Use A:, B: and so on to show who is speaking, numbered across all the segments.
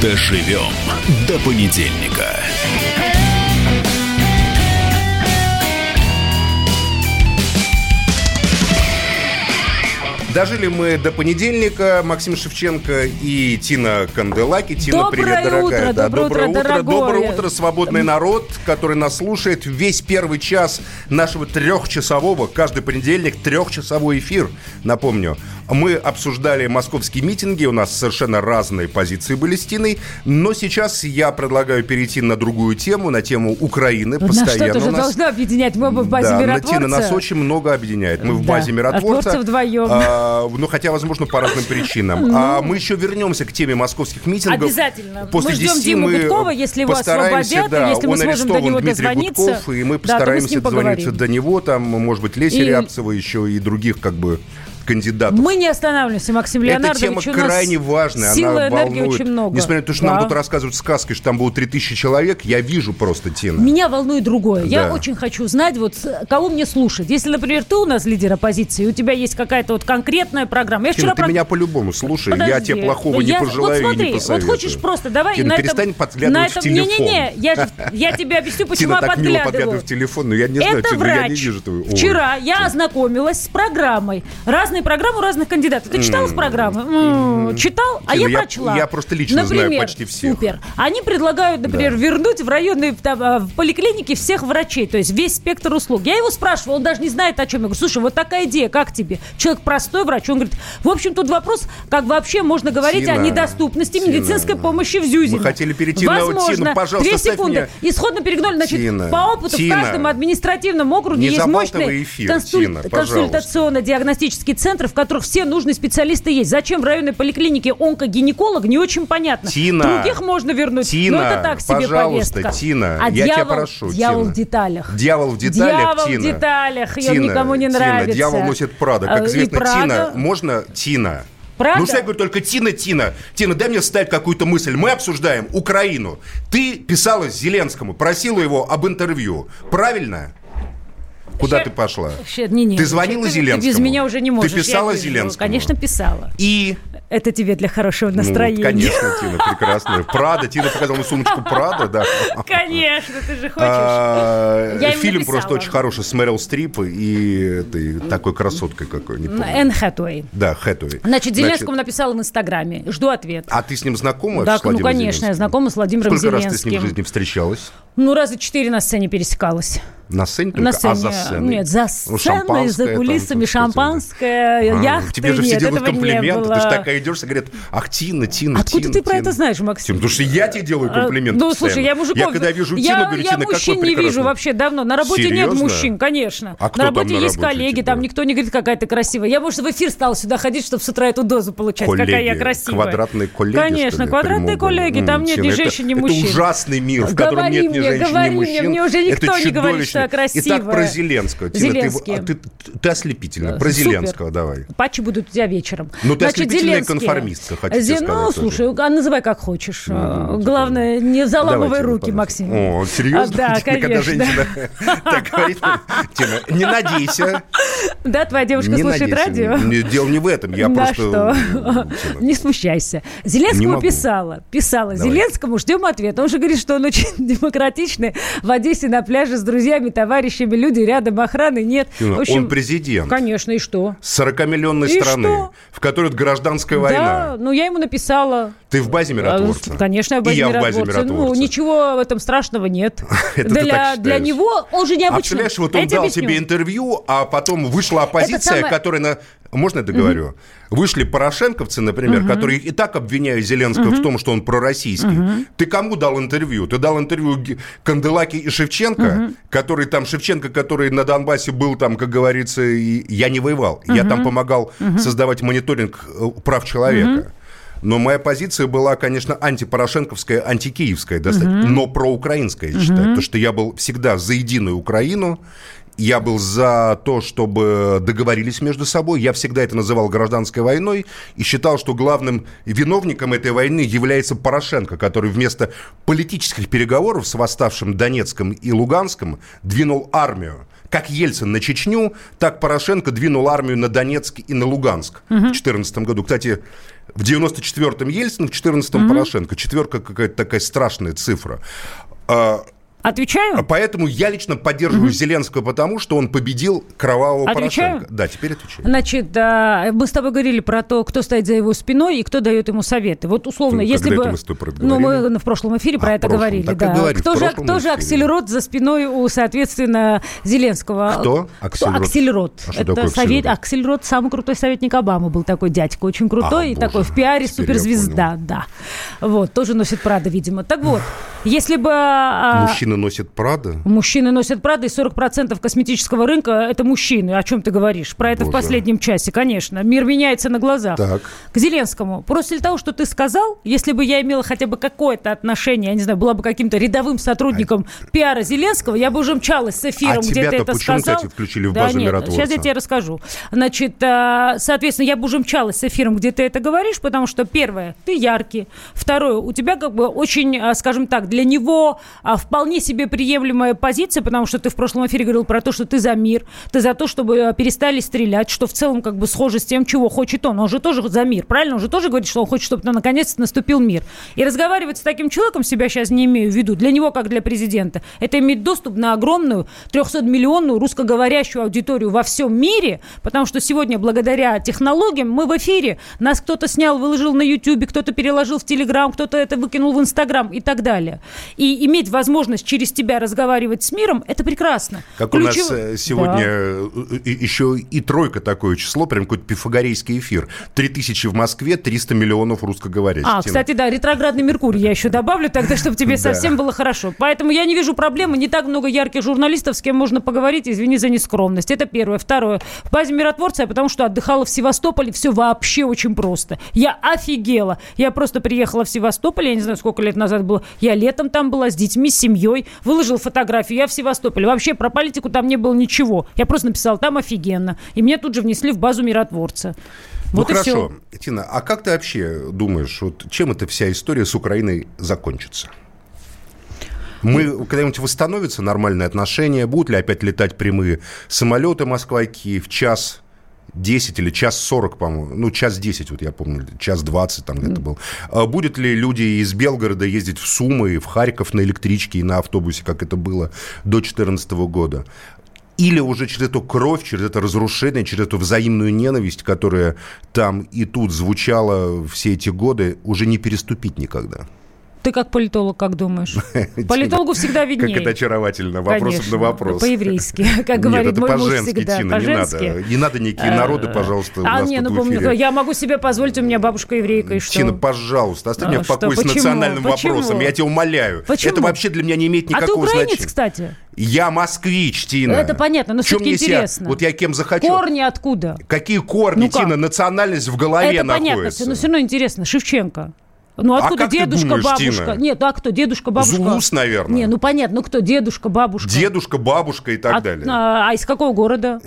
A: Доживем до понедельника.
B: Дожили мы до понедельника. Максим Шевченко и Тина Канделаки. Тина,
C: Доброе
B: привет, дорогая.
C: утро,
B: Да,
C: доброе утро, дорогое.
B: Доброе утро, свободный народ, который нас слушает весь первый час нашего трехчасового, каждый понедельник трехчасовой эфир. Напомню, мы обсуждали московские митинги, у нас совершенно разные позиции были с Тиной, но сейчас я предлагаю перейти на другую тему, на тему Украины.
C: Вот нас
B: постоянно
C: Ну, что-то же
B: у нас.
C: должно объединять. Мы оба в базе
B: Да, но,
C: миротворца.
B: Тина, нас очень много объединяет. Мы в
C: Да,
B: базе миротворца.
C: отворца вдвоем.
B: А, ну, хотя, возможно, по разным причинам. А мы еще вернемся к теме московских митингов.
C: Обязательно.
B: После
C: Мы ждем
B: 10
C: Диму
B: мы
C: Гудкова, если его
B: постараемся,
C: освободят, и
B: да,
C: если мы
B: он
C: сможем до
B: арестован,
C: него
B: Дмитрий
C: дозвониться.
B: Гудков, и
C: Да,
B: мы
C: то мы с ним
B: постараемся дозвониться
C: поговорим.
B: до него. Там, может быть, Леся
C: И-
B: Рябцева еще и других, как бы, кандидатов.
C: Мы не останавливаемся, Максим
B: Эта
C: Леонардович.
B: тема
C: у нас
B: крайне важная,
C: Силы
B: она
C: энергии
B: волнует.
C: очень много.
B: Несмотря на то, что
C: Да.
B: нам тут рассказывают сказки, что там было 3000 человек, я вижу просто, Тина.
C: Меня волнует другое. Я
B: Да.
C: очень хочу знать, вот с- кого мне слушать. Если, например, ты у нас лидер оппозиции, у тебя есть какая-то вот конкретная программа. Я
B: Тина,
C: вчера
B: ты
C: про-
B: меня по-любому слушай, я
C: Подожди. Ну,
B: тебе плохого
C: Я-
B: не пожелаю
C: Вот
B: и
C: смотри,
B: не посоветую.
C: вот хочешь просто, давай
B: Тина,
C: на
B: перестань
C: этом...
B: подглядывать
C: на
B: в
C: этом,
B: телефон.
C: Не-не-не, я, же- я тебе объясню, почему
B: Тина
C: я
B: так мило
C: подглядываю.
B: подглядывает в телефон, но я не знаю,
C: Это
B: Тина,
C: врач.
B: я не вижу твою. Ой.
C: Вчера я ознакомилась с программой. Разные программы у разных кандидатов. Ты читал их программы? М, Читал, а
B: Тина,
C: я
B: ну, я-
C: прочла.
B: я просто лично знаю
C: Например,
B: почти всех.
C: Супер. Они предлагают, например, вернуть в районные там, а, в поликлинике всех врачей, то есть весь спектр услуг. Я его спрашивала, он даже не знает, о чем. Я говорю, слушай, вот такая идея, как тебе? Человек простой врач, он говорит, в общем, тут вопрос, как вообще можно говорить о
B: Тина,
C: недоступности
B: Тина,
C: медицинской помощи в ЗЮЗе.
B: мы хотели перейти на вот,
C: Возможно.
B: Тину, пожалуйста,
C: Две
B: оставь
C: секунды.
B: меня.
C: Исходно перегнули, значит,
B: Тина,
C: по опыту
B: Тина.
C: в каждом административном округе
B: Не
C: есть
B: забалтывай
C: мощные
B: эфир,
C: консуль-
B: Тина, пожалуйста.
C: консультационно-диагностические центры, в которых все нужные специалисты есть. Зачем в районной поликлинике онкогинеколог, не очень понятно.
B: Тина,
C: Других можно вернуть,
B: Тина,
C: но это так себе
B: пожалуйста,
C: повестка.
B: Тина,
C: а
B: я тебя
C: дьявол,
B: прошу,
C: дьявол
B: Тина.
C: в деталях.
B: Дьявол в деталях,
C: Дьявол
B: Тина.
C: в деталях, и он
B: Тина,
C: никому не
B: Тина,
C: нравится.
B: дьявол носит Прада.
C: А,
B: Как
C: и
B: известно,
C: Прада.
B: Тина, можно Тина?
C: Прада?
B: Ну что я говорю, только Тина, Тина. Тина, дай мне вставить какую-то мысль. Мы обсуждаем Украину. Ты писала Зеленскому, просила его об интервью. Правильно? Куда
C: Ща-
B: ты пошла?
C: Вообще, не, не,
B: Ты звонила
C: ты- Ты без
B: Зеленскому?
C: меня уже не
B: Ты
C: можешь. я
B: писала
C: вижу.
B: Зеленскому?
C: Конечно, писала.
B: И
C: Это тебе для хорошего
B: Ну,
C: настроения.
B: конечно, Тина, прекрасно. Прада, Тина показала мне сумочку Прада, да.
C: Конечно, ты же хочешь.
B: А,
C: Я им
B: Фильм
C: написала.
B: просто очень хороший с Мэрил Стрип и этой такой красоткой какой, не помню.
C: Энн Хэтуэй.
B: Да, Хэтуэй.
C: Ну, Значит, Зеленскому написала в Инстаграме. Жду ответ.
B: А ты с ним знакома?
C: Да,
B: с
C: ну,
B: Владимиром
C: конечно, я
B: Зеленским?
C: знакома с Владимиром
B: Сколько раз ты с ним в
C: Зеленским.
B: жизни встречалась?
C: Ну, раза четыре на сцене пересекалась.
B: На сцене только?
C: На сцене.
B: А за сценой?
C: Нет, за
B: Ну,
C: сценой,
B: шампанское
C: за
B: там,
C: кулисами,
B: так сказать,
C: шампанское,
B: да. А,
C: яхты.
B: Тебе же все
C: Нет,
B: делают
C: этого не
B: комплименты.
C: было.
B: Ты же такая идешь, и говорят, ах, Тина, Тина,
C: Откуда
B: Тина,
C: ты про
B: Тина».
C: это знаешь,
B: Тим,
C: Максим?
B: потому что я тебе делаю комплименты
C: Ну,
B: постоянно.
C: слушай, я мужиков...
B: Я когда вижу
C: я,
B: Тину, говорю,
C: я
B: Тина, как вы
C: мужчин не
B: прекрасны».
C: вижу вообще давно. На работе нет
B: Серьезно?
C: мужчин, конечно.
B: А кто
C: на
B: там
C: работе
B: на
C: есть
B: работе у
C: коллеги,
B: тебя?
C: там никто не говорит, какая ты красивая. Я, может, в эфир стала сюда ходить, чтобы с утра эту дозу получать, какая я
B: Коллеги,
C: красивая.
B: Квадратные коллеги, что
C: Конечно,
B: ли,
C: квадратные
B: прямоугольные?
C: коллеги, там
B: М,
C: нет
B: Тина,
C: ни
B: это-
C: женщин, ни мужчин.
B: Это ужасный мир, в котором
C: Говори
B: нет ни
C: мне,
B: женщин, ни
C: говори мне,
B: мужчин.
C: мне уже никто
B: это
C: не говорит, что
B: чудовищно.
C: я
B: Итак,
C: красивая.
B: про Зеленского. Тина, ты-
C: Зеленский.
B: а ты, ты, ослепительна. Про
C: Супер.
B: Зеленского давай.
C: Патчи будут у тебя вечером.
B: Ну, ты
C: Значит,
B: ослепительная
C: Зеленский.
B: конформистка, хочу тебе
C: Зе- Ну,
B: сказать тоже.
C: слушай, а называй как хочешь. А, Главное, не
B: Давай,
C: заламывай
B: Тина,
C: руки,
B: пожалуйста.
C: Максим.
B: О, серьезно?
C: А, да,
B: Тина, Когда
C: конечно.
B: женщина так говорит, Тина, не надейся.
C: Да, твоя девушка
B: не
C: слушает
B: надейся.
C: радио.
B: Не- Дело не в этом, я
C: Да
B: просто...
C: что?
B: Тина,
C: Не смущайся.
B: Не
C: Зеленскому
B: могу.
C: писала. Писала.
B: Давай.
C: Зеленскому ждем ответа. Он же говорит, что он очень демократичный. В Одессе на пляже с друзьями, товарищами, люди рядом, охраны нет.
B: Тина,
C: В общем,
B: Он президент.
C: Конечно, и что?
B: 40-миллионной
C: И
B: страны,
C: что?
B: в которой гражданская
C: Да,
B: война.
C: ну я ему написала.
B: Ты в базе миротворца?
C: А, Конечно, я в
B: И
C: базе
B: я в
C: миротворца.
B: базе
C: Ну,
B: миротворца.
C: ничего в этом страшного нет.
B: Это ты
C: Для
B: так
C: для
B: считаешь.
C: него он же
B: А
C: необычный.
B: представляешь, вот
C: Я
B: он дал
C: объясню.
B: тебе интервью, а потом вышла оппозиция,
C: самое-
B: которая на... Можно я договорю? Вышли порошенковцы, например, которые и так обвиняют Зеленского в том, что он пророссийский. Ты кому дал интервью? Ты дал интервью Г- Канделаке и Шевченко, который там, Шевченко, который на Донбассе был там, как говорится, и я не воевал. Я там помогал создавать мониторинг э, прав человека. Но моя позиция была, конечно, антипорошенковская, антикиевская, достаточно, но проукраинская, я считаю. Потому что я был всегда за единую Украину, я был за то, чтобы договорились между собой. Я всегда это называл гражданской войной и считал, что главным виновником этой войны является Порошенко, который вместо политических переговоров с восставшим Донецком и Луганском двинул армию. Как Ельцин на Чечню, так Порошенко двинул армию на Донецк и на Луганск в 2014 году. Кстати, В 94-м Ельцин, в 14-м Порошенко. Четверка какая-то такая страшная цифра. А,
C: Отвечаю?
B: Поэтому я лично поддерживаю Зеленского, потому что он победил кровавого
C: Отвечаю?
B: Порошенко. Да, теперь отвечаю.
C: Значит, да, мы с тобой говорили про то, кто стоит за его спиной и кто дает ему советы. Вот условно,
B: Ну,
C: если
B: когда
C: бы...
B: это мы с тобой
C: ну,
B: проговорили?
C: мы в прошлом эфире про
B: А, в
C: это
B: прошлом.
C: говорили,
B: Так и
C: да.
B: говорили, в
C: кто же,
B: прошлом
C: кто же
B: эфире.
C: акселерот за спиной у, соответственно, Зеленского?
B: Кто?
C: Акселерот.
B: Акселерот?
C: акселерот.
B: А что
C: это
B: такое
C: совет...
B: акселерот?
C: акселерот самый крутой советник Обамы был такой дядька, очень
B: А,
C: крутой и
B: боже,
C: такой в пиаре
B: теперь я
C: суперзвезда, да. Вот, тоже носит Прада, видимо. Так вот, если бы... а,
B: Мужчина носит Прада?
C: Мужчины носят Прада, и 40% косметического рынка – это мужчины. О чем ты говоришь? Про это в
B: Боже.
C: последнем часе, конечно. Мир меняется на глазах.
B: Так.
C: К Зеленскому. После того, что ты сказал, если бы я имела хотя бы какое-то отношение, я не знаю, была бы каким-то рядовым сотрудником пиара Зеленского, я бы уже мчалась с эфиром,
B: А
C: где
B: тебя-то
C: ты это
B: почему,
C: сказал.
B: кстати, включили в
C: да,
B: базу
C: нет,
B: миротворца?
C: Сейчас я тебе расскажу. Значит, а, соответственно, я бы уже мчалась с эфиром, где ты это говоришь, потому что, первое, ты яркий. Второе, у тебя как бы очень, а, скажем так, для него а, вполне себе приемлемая позиция, потому что ты в прошлом эфире говорил про то, что ты за мир, ты за то, чтобы а, перестали стрелять, что в целом как бы схоже с тем, чего хочет он. Он же тоже за мир, правильно? Он же тоже говорит, что он хочет, чтобы ну, наконец-то наступил мир. И разговаривать с таким человеком, себя сейчас не имею в виду, для него, как для президента, это иметь доступ на огромную 300-миллионную русскоговорящую аудиторию во всем мире, потому что сегодня, благодаря технологиям, мы в эфире. Нас кто-то снял, выложил на YouTube, кто-то переложил в Телеграм, кто-то это выкинул в Инстаграм и так далее. И иметь возможность через тебя разговаривать с миром, это прекрасно.
B: Как у нас
C: Ключево-
B: э,
C: Да.
B: сегодня э, и- еще и тройка такое число, прям какой-то пифагорейский эфир. 3000 в Москве, 300 миллионов русскоговорящих.
C: А, кстати, да, ретроградный Меркурий я еще добавлю тогда, чтобы тебе
B: Да.
C: совсем было хорошо. Поэтому я не вижу проблемы, не так много ярких журналистов, с кем можно поговорить, извини за нескромность. Это первое. Второе. В базе миротворца я потому что отдыхала в Севастополе, все вообще очень просто. Я офигела. Я просто приехала в Севастополь, я не знаю, сколько лет назад было. Я летом там была с детьми, с семьей, выложила фотографию, я в Севастополе. Вообще про политику там не было ничего. Я просто написала, там офигенно. И меня тут же внесли в базу миротворца.
B: Ну
C: Вот и
B: хорошо.
C: все.
B: Тина, а как ты вообще думаешь, вот чем эта вся история с Украиной закончится? Мы когда-нибудь восстановятся нормальные отношения? Будут ли опять летать прямые самолеты Москва и Киев? Час 10 или час 40, по-моему. Ну, час 10, вот я помню, час 20 там где-то был. А Будет ли люди из Белгорода ездить в Сумы, в Харьков на электричке и на автобусе, как это было до 2014 года? Или уже через эту кровь, через это разрушение, через эту взаимную ненависть, которая там и тут звучала все эти годы, уже не переступить никогда.
C: Ты как политолог, как думаешь? Политологу всегда
B: Как
C: виднее.
B: это очаровательно, вопросом
C: Конечно.
B: на вопрос.
C: По-еврейски, как
B: Нет,
C: говорит
B: это
C: мой муж
B: по-женски,
C: всегда.
B: Тина, не надо. Не надо никакие народы, пожалуйста, у
C: А,
B: нас
C: не,
B: тут
C: ну
B: в
C: помню,
B: эфире.
C: я могу себе позволить, у меня бабушка еврейка, и что?
B: Тина, пожалуйста, оставь меня
C: А,
B: в покое
C: что,
B: с
C: почему?
B: национальным
C: Почему?
B: вопросом. Я тебя умоляю.
C: Почему?
B: Это вообще для меня не имеет
C: а ты
B: никакого
C: украинец,
B: значения.
C: кстати.
B: Я москвич, Тина.
C: Это понятно, но
B: В чем
C: всё-таки
B: мне себя-
C: интересно.
B: Вот я кем захочу.
C: Корни откуда?
B: Какие корни,
C: Ну как?
B: Тина, национальность в голове
C: это понятно,
B: находится?
C: всё, но все равно интересно. Шевченко. Ну
B: А
C: откуда
B: как ты
C: дедушка,
B: думаешь,
C: бабушка?
B: Тина?
C: Нет, ну а кто? Дедушка, бабушка.
B: Зулус, наверное.
C: Не, ну понятно, ну кто? Дедушка, бабушка.
B: Дедушка, бабушка и так
C: а,
B: далее.
C: А, а из какого города?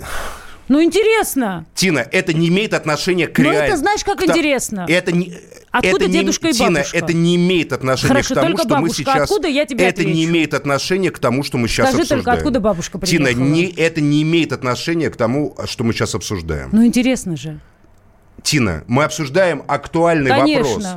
C: Ну интересно.
B: Тина, это не имеет отношения к
C: Ну, это
B: реальности.
C: знаешь, как
B: К та-
C: интересно.
B: Это не...
C: Откуда
B: это не-
C: дедушка и
B: Тина,
C: бабушка?
B: это не имеет отношения к
C: Хорошо,
B: тому,
C: только
B: что мы
C: бабушка.
B: сейчас...
C: Откуда? Я тебе
B: Это не
C: отвечу.
B: имеет отношения к тому, что мы сейчас
C: Скажи только,
B: обсуждаем.
C: откуда бабушка приехала?
B: Тина, не... это не имеет отношения к тому, что мы сейчас обсуждаем.
C: Ну интересно же.
B: Тина, мы обсуждаем актуальный
C: Конечно.
B: вопрос.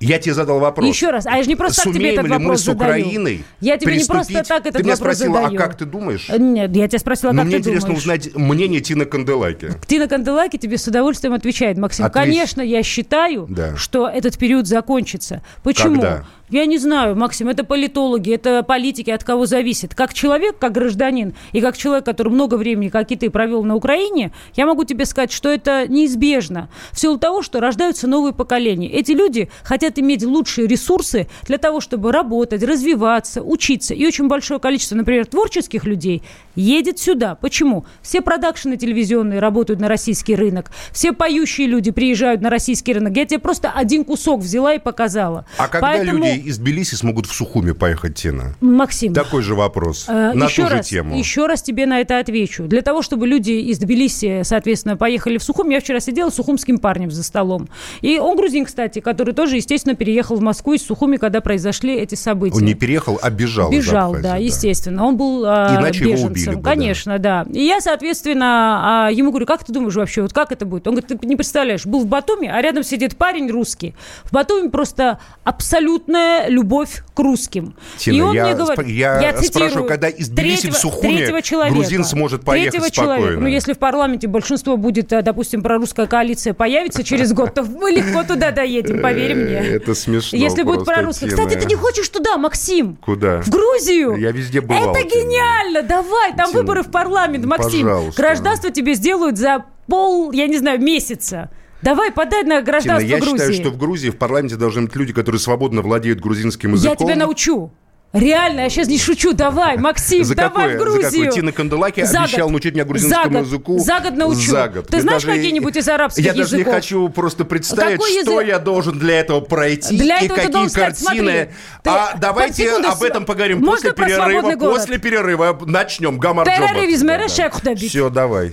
B: Я тебе задал вопрос.
C: Еще раз, а я же не просто так тебе
B: Сумеем
C: этот
B: ли мы
C: вопрос
B: с
C: задаю.
B: Украиной
C: Я тебе не просто
B: приступить?
C: так этот
B: Ты меня
C: вопрос
B: спросила,
C: задаю.
B: а как ты думаешь?
C: Э, Нет, я тебя спросила,
B: Но
C: как
B: мне
C: ты
B: интересно
C: думаешь.
B: узнать мнение Тины Канделаки.
C: Тина Канделаки тебе с удовольствием отвечает, Максим.
B: Ответь.
C: Конечно, я считаю,
B: Да.
C: что этот период закончится. Почему?
B: Когда?
C: Я не знаю, Максим, это политологи, это политики, от кого зависит. Как человек, как гражданин, и как человек, который много времени, как и ты, провел на Украине, я могу тебе сказать, что это неизбежно. В силу того, что рождаются новые поколения. Эти люди хотят иметь лучшие ресурсы для того, чтобы работать, развиваться, учиться. И очень большое количество, например, творческих людей едет сюда. Почему? Все продакшены телевизионные работают на российский рынок. Все поющие люди приезжают на российский рынок. Я тебе просто один кусок взяла и показала.
B: А когда
C: Поэтому-
B: люди люди из Тбилиси смогут в Сухуми поехать, Тина?
C: Максим,
B: Такой же вопрос
C: Э,
B: на
C: еще
B: ту же
C: раз,
B: тему.
C: Еще раз тебе на это отвечу. Для того, чтобы люди из Тбилиси, соответственно, поехали в Сухум, я вчера сидела с сухумским парнем за столом. И он грузин, кстати, который тоже, естественно, переехал в Москву из Сухуми, когда произошли эти события.
B: Он не переехал, а бежал. из
C: Бежал,
B: Абхазии,
C: да, естественно. Он был а,
B: Иначе его
C: беженцем.
B: убили бы, да.
C: Конечно, да. И я, соответственно, а, ему говорю, как ты думаешь вообще, вот как это будет? Он говорит, ты не представляешь, был в Батуми, а рядом сидит парень русский. В Батуми просто абсолютная любовь к русским.
B: Тина,
C: и он
B: я
C: мне говорит,
B: спр- я
C: цитирую,
B: спрашиваю, когда из Тбилиси в
C: «Третьего-
B: Сухуми
C: третьего человека,
B: грузин сможет поехать
C: третьего
B: спокойно».
C: человека». Ну, если в парламенте большинство будет, э, допустим, прорусская коалиция появится через год, то мы легко туда доедем, поверь мне.
B: Э, Это смешно
C: Если будет
B: просто,
C: прорусская.
B: Тина.
C: Кстати, ты не хочешь туда, Максим?
B: Куда?
C: В Грузию.
B: Я везде бывал,
C: Это
B: Тина.
C: гениально. Давай, там
B: Тина,
C: выборы в парламент, Максим.
B: пожалуйста.
C: Гражданство тебе сделают за пол, я не знаю, месяца. Давай, подай на
B: Тина,
C: гражданство
B: я
C: Грузии.
B: считаю, что в Грузии в парламенте должны быть люди, которые свободно владеют грузинским языком.
C: Я тебя научу. Реально, я сейчас не шучу. Давай, Максим,
B: За какое?
C: давай в Грузию.
B: За какое? Тина Канделаки
C: За год.
B: обещал научить меня
C: За
B: грузинскому
C: год.
B: языку.
C: За год научу.
B: За год.
C: Ты
B: Я
C: знаешь
B: даже-
C: какие-нибудь из арабских
B: Я даже не
C: языков?
B: хочу просто представить,
C: Какой
B: что
C: язык?
B: я должен для этого пройти
C: Для
B: и
C: этого ты
B: какие
C: должен сказать,
B: картины.
C: смотри, ты-
B: а
C: под
B: давайте
C: секунду
B: об этом
C: с-
B: поговорим
C: Можно
B: после
C: про
B: перерыва.
C: свободный город?
B: После перерыва начнем. Гамар
C: Терроризм, Эрешек Худабит.
B: Все, давай.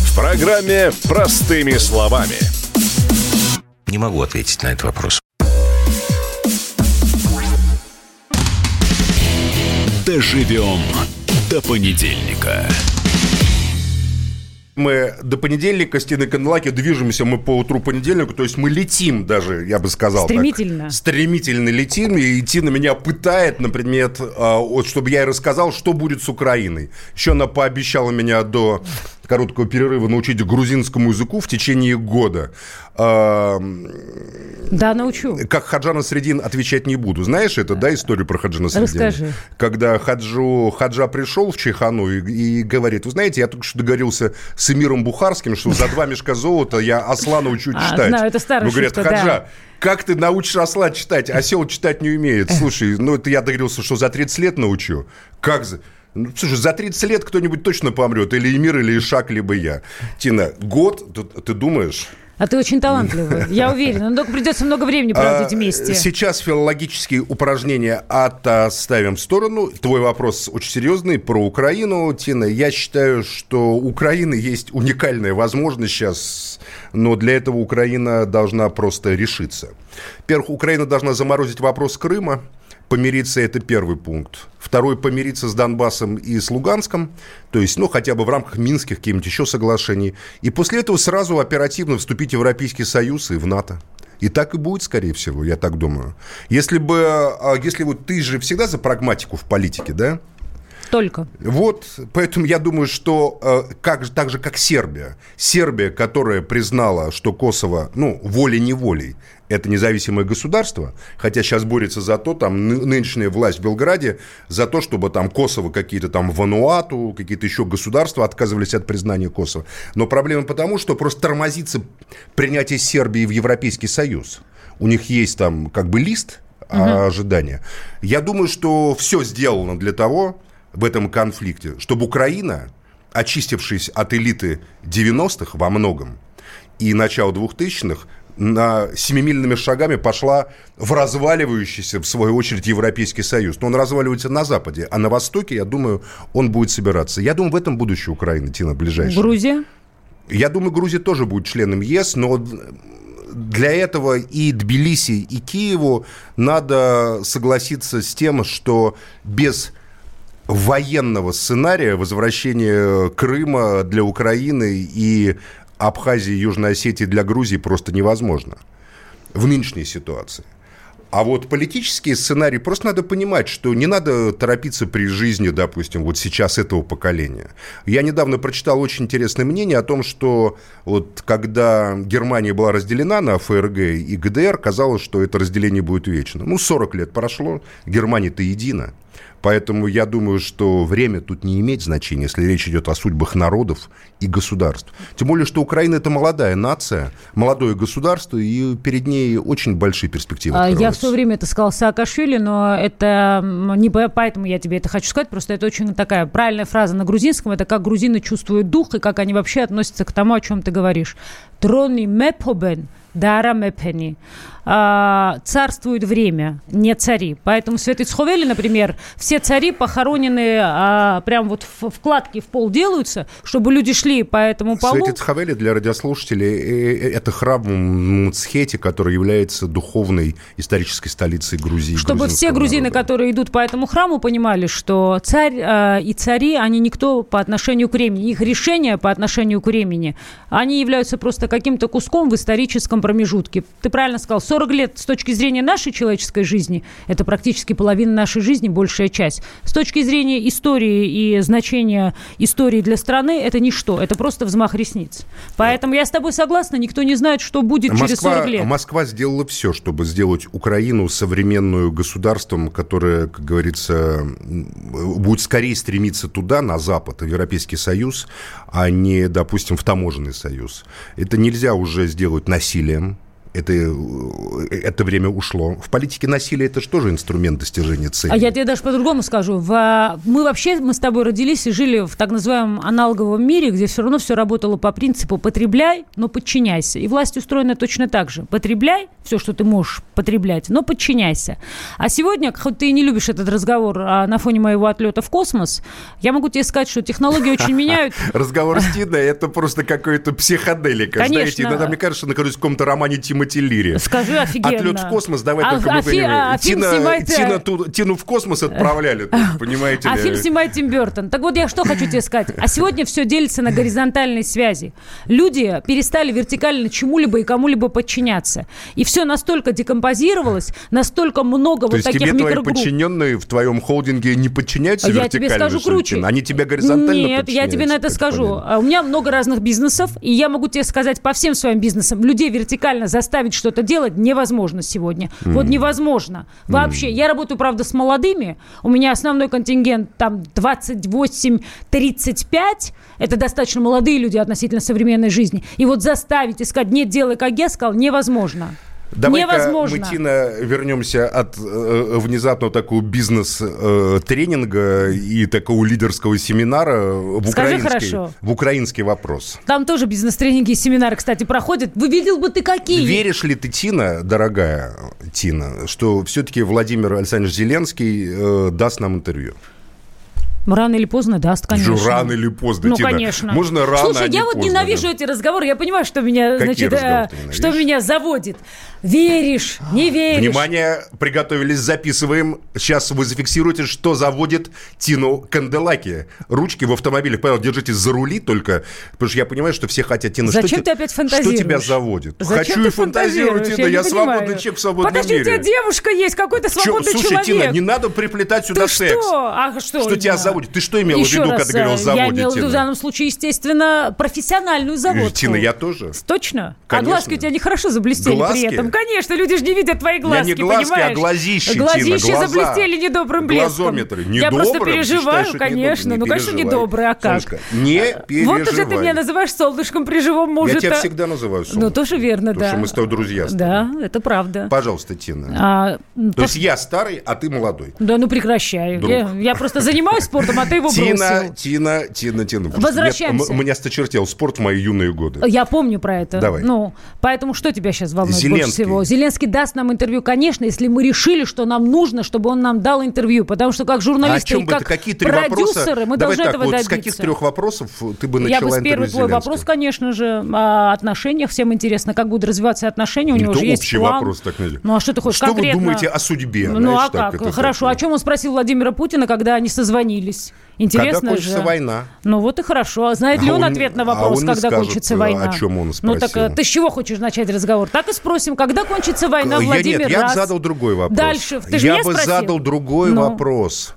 D: программе «Простыми словами».
E: Не могу ответить на этот вопрос.
A: Доживем до понедельника.
B: Мы до понедельника с Тиной Канделаки движемся мы по утру понедельника, то есть мы летим даже, я бы сказал. так.
C: Стремительно.
B: Стремительно летим, и Тина меня пытает, например, а, вот, чтобы я ей рассказал, что будет с Украиной. Еще она пообещала меня до короткого перерыва научить грузинскому языку в течение года. А, Ам,
C: Да, научу.
B: как Хаджана Средин отвечать не буду. Знаешь это, да, историю про Хаджана Средина?
C: Расскажи.
B: Когда Хаджу, Хаджа пришел в Чехану и, и говорит, вы знаете, я только что договорился с Эмиром Бухарским, что за два мешка золота я Аслана учу
C: А,
B: читать.
C: знаю, это старая
B: Ну, говорят,
C: шутка, да.
B: Хаджа, как ты научишь осла читать? Осел читать не умеет. Слушай, ну это я договорился, что за 30 лет научу. Как за... Ну, слушай, за 30 лет кто-нибудь точно помрет. Или Эмир, или Ишак, либо я. Тина, год, ты- ты думаешь?
C: А ты очень талантливый, я уверена. Но только придется много времени проводить
B: А,
C: вместе.
B: Сейчас филологические упражнения отставим в сторону. Твой вопрос очень серьезный про Украину, Тина. Я считаю, что у Украины есть уникальная возможность сейчас, но для этого Украина должна просто решиться. Во-первых, Украина должна заморозить вопрос Крыма. Помириться – это первый пункт. Второй – помириться с Донбассом и с Луганском, то есть, ну, хотя бы в рамках минских каких-нибудь еще соглашений. И после этого сразу оперативно вступить в Европейский Союз и в НАТО. И так и будет, скорее всего, я так думаю. Если бы, а, если вот ты же всегда за прагматику в политике, да?
C: Только.
B: Вот, поэтому я думаю, что э, как, же- так же, как Сербия. Сербия, которая признала, что Косово, ну, волей-неволей, это независимое государство, хотя сейчас борется за то, там, ны- нынешняя власть в Белграде, за то, чтобы там Косово, какие-то там Вануату, какие-то еще государства отказывались от признания Косово. Но проблема потому, что просто тормозится принятие Сербии в Европейский Союз. У них есть там как бы лист, а, ожидания. Я думаю, что все сделано для того в этом конфликте, чтобы Украина, очистившись от элиты 90-х во многом и начала 2000-х, на семимильными шагами пошла в разваливающийся, в свою очередь, Европейский Союз. Но он разваливается на Западе, а на Востоке, я думаю, он будет собираться. Я думаю, в этом будущее Украины, Тина, ближайшее.
C: Грузия.
B: Я думаю, Грузия тоже будет членом ЕС, но для этого и Тбилиси, и Киеву надо согласиться с тем, что без военного сценария возвращения Крыма для Украины и Абхазии и Южной Осетии для Грузии просто невозможно в нынешней ситуации. А вот политические сценарии просто надо понимать, что не надо торопиться при жизни, допустим, вот сейчас этого поколения. Я недавно прочитал очень интересное мнение о том, что вот когда Германия была разделена на ФРГ и ГДР, казалось, что это разделение будет вечно. Ну, 40 лет прошло, Германия-то едина. Поэтому я думаю, что время тут не имеет значения, если речь идет о судьбах народов и государств. Тем более, что Украина – это молодая нация, молодое государство, и перед ней очень большие перспективы.
C: А, Я
B: открываются.
C: в свое время это сказал Саакашвили, но это м, не по- поэтому я тебе это хочу сказать, просто это очень такая правильная фраза на грузинском, это как грузины чувствуют дух и как они вообще относятся к тому, о чем ты говоришь. Трони мепобен, дара мепени. А, Царствует время, не цари. Поэтому в Светицховеле, например, все цари похоронены, а, прям вот в- вкладки в пол делаются, чтобы люди шли по этому полу.
B: Светицхавели для радиослушателей э, э, это храм Мцхети, который является духовной исторической столицей Грузии.
C: Чтобы все
B: грузинского
C: грузины,
B: народа.
C: которые идут по этому храму, понимали, что царь э, и цари, они никто по отношению к времени. Их решения по отношению к времени, они являются просто каким-то куском в историческом промежутке. Ты правильно сказал, 40 лет с точки зрения нашей человеческой жизни, это практически половина нашей жизни, большая часть. С точки зрения истории и значения истории для страны, это ничто, это просто взмах ресниц. Поэтому я с тобой согласна, никто не знает, что будет через 40 лет.
B: Москва сделала все, чтобы сделать Украину современную государством, которое, как говорится, м, будет скорее стремиться туда, на Запад, в Европейский Союз, а не, допустим, в таможенный союз. Это нельзя уже сделать насилием. Это, э, это время ушло. В политике насилие это же тоже инструмент достижения цели.
C: А я тебе даже по-другому скажу. В- мы вообще, мы с тобой родились и жили в так называемом аналоговом мире, где все равно все работало по принципу «потребляй, но подчиняйся». И власть устроена точно так же. Потребляй все, что ты можешь потреблять, но подчиняйся. А сегодня, хоть ты и не любишь этот разговор а на фоне моего отлета в космос, я могу тебе сказать, что технологии очень меняют
B: Разговор с Тиной – это просто какой-то психоделика.
C: Конечно.
B: Знаете, иногда мне кажется, что нахожусь в каком-то романе Тимоти Лири.
C: Скажи офигенно.
B: Отлет в космос, давай
C: А-
B: только
C: а
B: мы
C: фи-
B: понимаем.
C: а фильм
B: Тина,
C: снимает, э,
B: Тина ту- Тину в космос отправляли, тут, понимаете
C: А
B: ли.
C: фильм снимает Тим Бертон. Так вот, я что хочу тебе сказать. А сегодня все делится на горизонтальной связи. Люди перестали вертикально чему-либо и кому-либо подчиняться. И все настолько декомпозировалось, настолько много
B: То
C: вот
B: есть
C: таких
B: тебе твои
C: микрогрупп.
B: подчиненные в твоем холдинге не подчиняются
C: А Я
B: вертикально?
C: тебе скажу
B: Жень,
C: круче.
B: Тина? Они тебя горизонтально
C: Нет, я тебе
B: подчиняются,
C: на это
B: так
C: скажу.
B: понятно.
C: А У меня много разных бизнесов, и я могу тебе сказать по всем своим бизнесам, людей вертикально заставить что-то делать невозможно сегодня. Вот невозможно. Вообще, я работаю, правда, с молодыми. У меня основной контингент там 28-35. Это достаточно молодые люди относительно современной жизни. И вот заставить искать, нет, делай, как я сказал, невозможно.
B: Давай-ка
C: невозможно.
B: мы, Тина, вернемся от э, внезапного такого бизнес-тренинга э, и такого лидерского семинара в,
C: Скажи
B: украинский,
C: хорошо.
B: в украинский вопрос.
C: Там тоже бизнес-тренинги и семинары, кстати, проходят. Вы видел бы ты какие?
B: Веришь ли ты, Тина, дорогая Тина, что все-таки Владимир Александрович Зеленский э, даст нам интервью?
C: Ну, Рано или поздно даст, конечно.
B: Же Рано или поздно,
C: Ну,
B: Тина.
C: конечно.
B: Можно рано,
C: Слушай,
B: а не
C: я вот
B: поздно,
C: ненавижу
B: да.
C: эти разговоры. Я понимаю, что меня,
B: Какие
C: значит, э,
B: разговоры ты ненавидишь?
C: что меня заводит. Веришь, не веришь.
B: Внимание, приготовились, записываем. Сейчас вы зафиксируете, что заводит Тину Канделаки. Ручки в автомобилях. Павел, держитесь за рули только, потому что я понимаю, что все хотят, Тина,
C: Зачем
B: что те-
C: ты опять фантазируешь?
B: Что тебя заводит?
C: Зачем
B: Хочу
C: ты
B: и фантазирую,
C: фантазируешь?
B: Тина, я,
C: не
B: свободный
C: понимаю.
B: человек в свободном
C: Подожди,
B: мире.
C: у тебя девушка есть, какой-то
B: Чё,
C: свободный
B: слушай,
C: человек.
B: Тина, не надо приплетать сюда
C: ты
B: секс.
C: что? А что?
B: Что тебя
C: Лена?
B: заводит? Ты что имела в
C: Еще
B: виду,
C: раз,
B: когда ты говорила
C: э, Я
B: «заводит»,
C: имела в виду в
B: Тина? Э,
C: данном случае, естественно, профессиональную заводку.
B: Тина, я тоже.
C: Точно?
B: Конечно.
C: А глазки у тебя нехорошо заблестели
B: Глазки?
C: при этом. Конечно, люди же не видят твои глазки,
B: не глазки, а
C: понимаешь?
B: глазищи, Тина,
C: Глазищи
B: глаза.
C: заблестели недобрым блеском.
B: Глазометры.
C: Я
B: Недобрым?
C: просто
B: Ты
C: переживаю,
B: считаешь, что это недобрым?
C: конечно.
B: Не
C: ну, конечно,
B: переживай.
C: недобрый, а как? Э,
B: Солнышко, не переживай.
C: Вот уже ты меня называешь солнышком при живом муже.
B: Я тебя всегда называю солнышком.
C: Ну, тоже верно,
B: Потому
C: да.
B: что мы с тобой друзья стали.
C: Да, это правда.
B: Пожалуйста, Тина.
C: А, м,
B: То есть я старый, а ты молодой.
C: Да ну прекращай.
B: Друг.
C: Я, я просто занимаюсь спортом, а ты его
B: Тина,
C: бросил.
B: Тина, Тина, Тина. Просто
C: Возвращаемся.
B: Меня, м- меня сточертел спорт в мои юные годы.
C: Я помню про это.
B: Давай.
C: Ну, поэтому что тебя сейчас волнует больше
B: Зеленский.
C: всего? Зеленский даст нам интервью, конечно, если мы решили, что нам нужно, чтобы он нам дал интервью. Потому что как
B: А
C: журналисты Ну, и
B: бы
C: как
B: это? Какие три вопроса?
C: продюсеры
B: Давай
C: мы должны
B: так,
C: этого
B: вот с
C: добиться.
B: каких трех вопросов ты бы
C: Я
B: начала
C: бы с
B: интервью
C: первый
B: с
C: твой
B: Зеленским?
C: вопрос, конечно же, о отношениях. Всем интересно, как будут развиваться отношения. У
B: Ну,
C: него
B: это
C: же есть
B: общий
C: план.
B: вопрос, так нельзя.
C: Ну а что ты хочешь
B: Что вы
C: конкретно?
B: думаете о судьбе?
C: Ну
B: Знаешь,
C: а
B: так,
C: как?
B: это
C: Хорошо.
B: так.
C: О чем он спросил Владимира Путина, когда они созвонились? вернулись? Интересно
B: Когда кончится
C: же.
B: война?
C: Ну вот и хорошо. А Знает ли
B: А
C: он,
B: он не-
C: ответ на
B: а
C: вопрос,
B: он не
C: когда
B: скажет,
C: кончится
B: э,
C: война?
B: о чем он
C: Ну так э,
B: спросил.
C: ты с чего хочешь начать разговор? Так и спросим. Когда кончится война,
B: Я-
C: Владимир
B: нет, я бы
C: раз.
B: задал другой вопрос.
C: Дальше. Ты же
B: я
C: меня
B: бы
C: спросил.
B: задал другой
C: Ну.
B: вопрос.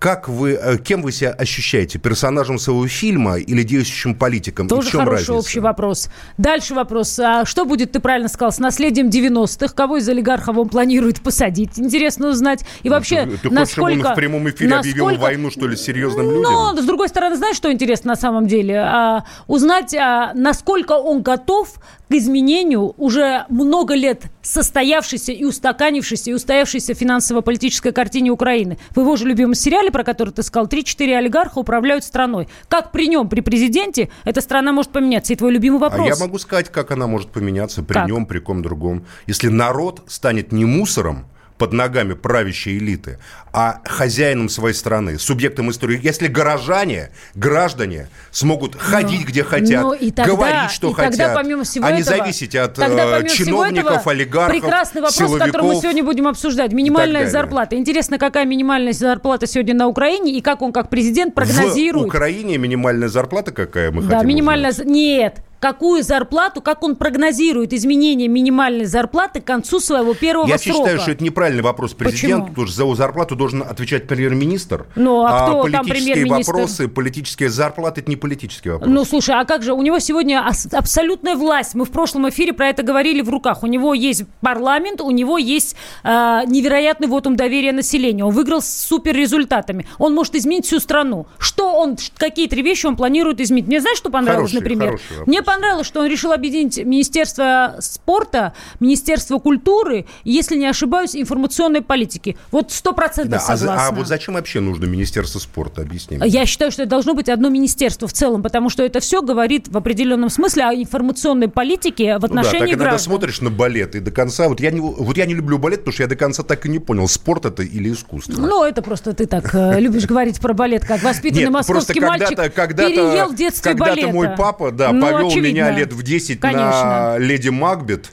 B: Как вы, э, кем вы себя ощущаете? Персонажем своего фильма или действующим политиком? И
C: Тоже
B: в чем
C: хороший
B: разница?
C: общий вопрос. Дальше вопрос. А что будет, ты правильно сказал, с наследием 90-х? Кого из олигархов он планирует посадить? Интересно узнать. И вообще,
B: Ну, Ты хочешь,
C: насколько...
B: чтобы он в прямом эфире объявил
C: насколько- Ну,
B: войну, что ли, серьезным людям?
C: Но, с другой стороны, знаешь, что интересно на самом деле? А, узнать, а, насколько он готов к изменению уже много лет состоявшейся и устаканившейся, и устоявшейся финансово-политической картине Украины. В его же любимом сериале, про который ты сказал, 3-4 олигарха управляют страной. Как при нем, при президенте, эта страна может поменяться? И твой любимый
B: А я
C: вопрос.
B: могу сказать, как она может поменяться при
C: Как?
B: нем, при ком другом. Если народ станет не мусором под ногами правящей элиты, а хозяином своей страны, субъектом истории. Если горожане, граждане смогут ходить, где хотят,
C: Ну, и тогда-
B: говорить, что
C: и
B: хотят,
C: тогда, помимо всего
B: а не
C: этого-
B: зависеть от
C: тогда,
B: э,
C: помимо всего
B: чиновников,
C: этого,
B: олигархов,
C: Прекрасный вопрос,
B: силовиков.
C: который мы сегодня будем обсуждать. Минимальная
B: далее.
C: зарплата. Интересно, какая минимальная зарплата сегодня на Украине и как он, как президент,
B: В
C: прогнозирует.
B: Украине минимальная зарплата какая мы
C: Да,
B: хотим?
C: минимальная...
B: узнать?
C: з- Нет, какую зарплату, как он прогнозирует изменение минимальной зарплаты к концу своего первого
B: Я
C: срока?
B: считаю, что это неправильный вопрос президента,
C: Почему?
B: потому что за его зарплату должен отвечать премьер-министр.
C: Ну, а кто там
B: политические
C: премьер-министр?
B: вопросы, политические зарплаты – это не политический вопрос.
C: Ну, слушай, а как же, у него сегодня ас- абсолютная власть. Мы в прошлом эфире про это говорили в руках. У него есть парламент, у него есть э, невероятный вотум доверия населения. Он выиграл с супер результатами. Он может изменить всю страну. Что он, ш- какие три вещи он планирует изменить? Мне знаешь, что понравилось,
B: Хороший-
C: например?
B: хороший вопрос.
C: Мне понравилось, что он решил объединить Министерство спорта, Министерство культуры, и, если не ошибаюсь, информационной политики. Вот сто
B: Да,
C: процентов
B: а, за- а
C: Ну, согласна.
B: вот зачем вообще нужно Министерство спорта? Объясни. мне.
C: Я считаю, что это должно быть одно министерство в целом, потому что это все говорит в определенном смысле о информационной политике в
B: Ну да, так
C: отношении
B: иногда
C: граждан.
B: смотришь на балет и до конца... Вот я, не, вот я не люблю балет, потому что я до конца так и не понял, спорт это или искусство.
C: Ну, это просто ты так э, любишь говорить про балет, как воспитанный
B: Нет, просто
C: московский
B: когда-то,
C: мальчик
B: когда-то,
C: переел в детстве
B: когда-то
C: балета.
B: мой папа, да,
C: Ну,
B: повел
C: очевидно.
B: меня лет в 10
C: Конечно.
B: на Леди Макбет,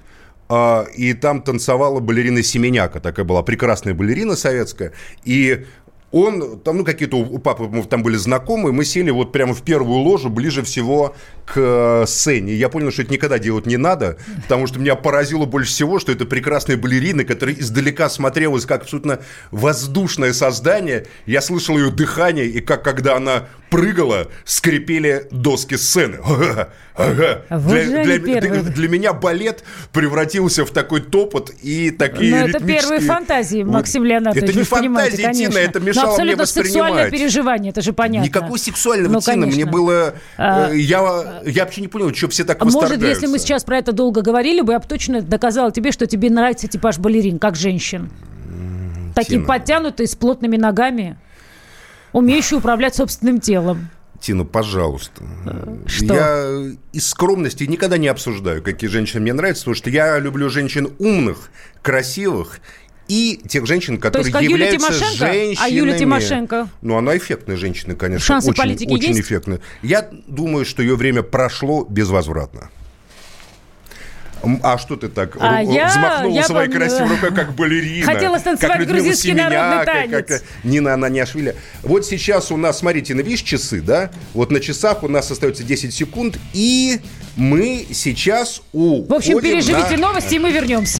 B: а, и там танцевала балерина Семеняка, такая была прекрасная балерина советская, и он, там, ну, какие-то у у папы мы там были знакомые, мы сели вот прямо в первую ложу, ближе всего к э, сцене. И Я понял, что это никогда делать не надо, потому что меня поразило больше всего, что это прекрасные балерины, которые издалека смотрелась как абсолютно воздушное создание. Я слышал ее дыхание, и как, когда она прыгала, скрипели доски сцены. Ага, ага.
C: Вот же
B: Для,
C: они
B: для- для-
C: первые.
B: для меня балет превратился в такой топот и такие
C: Но Ну, это
B: ритмические-
C: первые фантазии,
B: Вот.
C: Максим Леонардович.
B: Это не
C: вы же понимаете,
B: фантазии, Тина,
C: конечно.
B: это
C: Но
B: мешало мне
C: абсолютно сексуальное
B: воспринимать.
C: переживание, это же понятно.
B: Никакого сексуального,
C: Ну,
B: Тина, мне
C: конечно.
B: было...
C: А-
B: э, я, я вообще не понял, что все так
C: А Может, если
B: восторгаются.
C: мы сейчас про это долго говорили бы, я бы точно доказала тебе, что тебе нравится типаж балерин, как женщин. Такие
B: Тина.
C: подтянутые, с плотными ногами, умеющие управлять собственным телом.
B: Тина, пожалуйста.
C: что?
B: Я э, из скромности никогда не обсуждаю, какие женщины мне нравятся, потому что я люблю женщин умных, красивых и тех женщин,
C: То
B: которые
C: есть как Юлия
B: являются
C: Тимошенко?
B: женщинами.
C: А Юлия Тимошенко?
B: Ну, она эффектная женщина, конечно.
C: Шансы
B: очень,
C: политики
B: очень
C: есть?
B: эффектная. Я думаю, что ее время прошло безвозвратно. М, А что ты так
C: А
B: ру-
C: я-
B: взмахнула
C: я
B: своей
C: пон-
B: красивой рукой, как балерина?
C: Хотела
B: как
C: станцевать
B: Людмила
C: грузинский народный
B: Семеняка, как-
C: танец.
B: Нина Ананяшвили. Вот сейчас у нас, смотрите, на видишь часы, да? Вот на часах у нас остается 10 секунд, и мы сейчас уходим
C: В общем, переживите
B: на-
C: новости, и мы вернемся.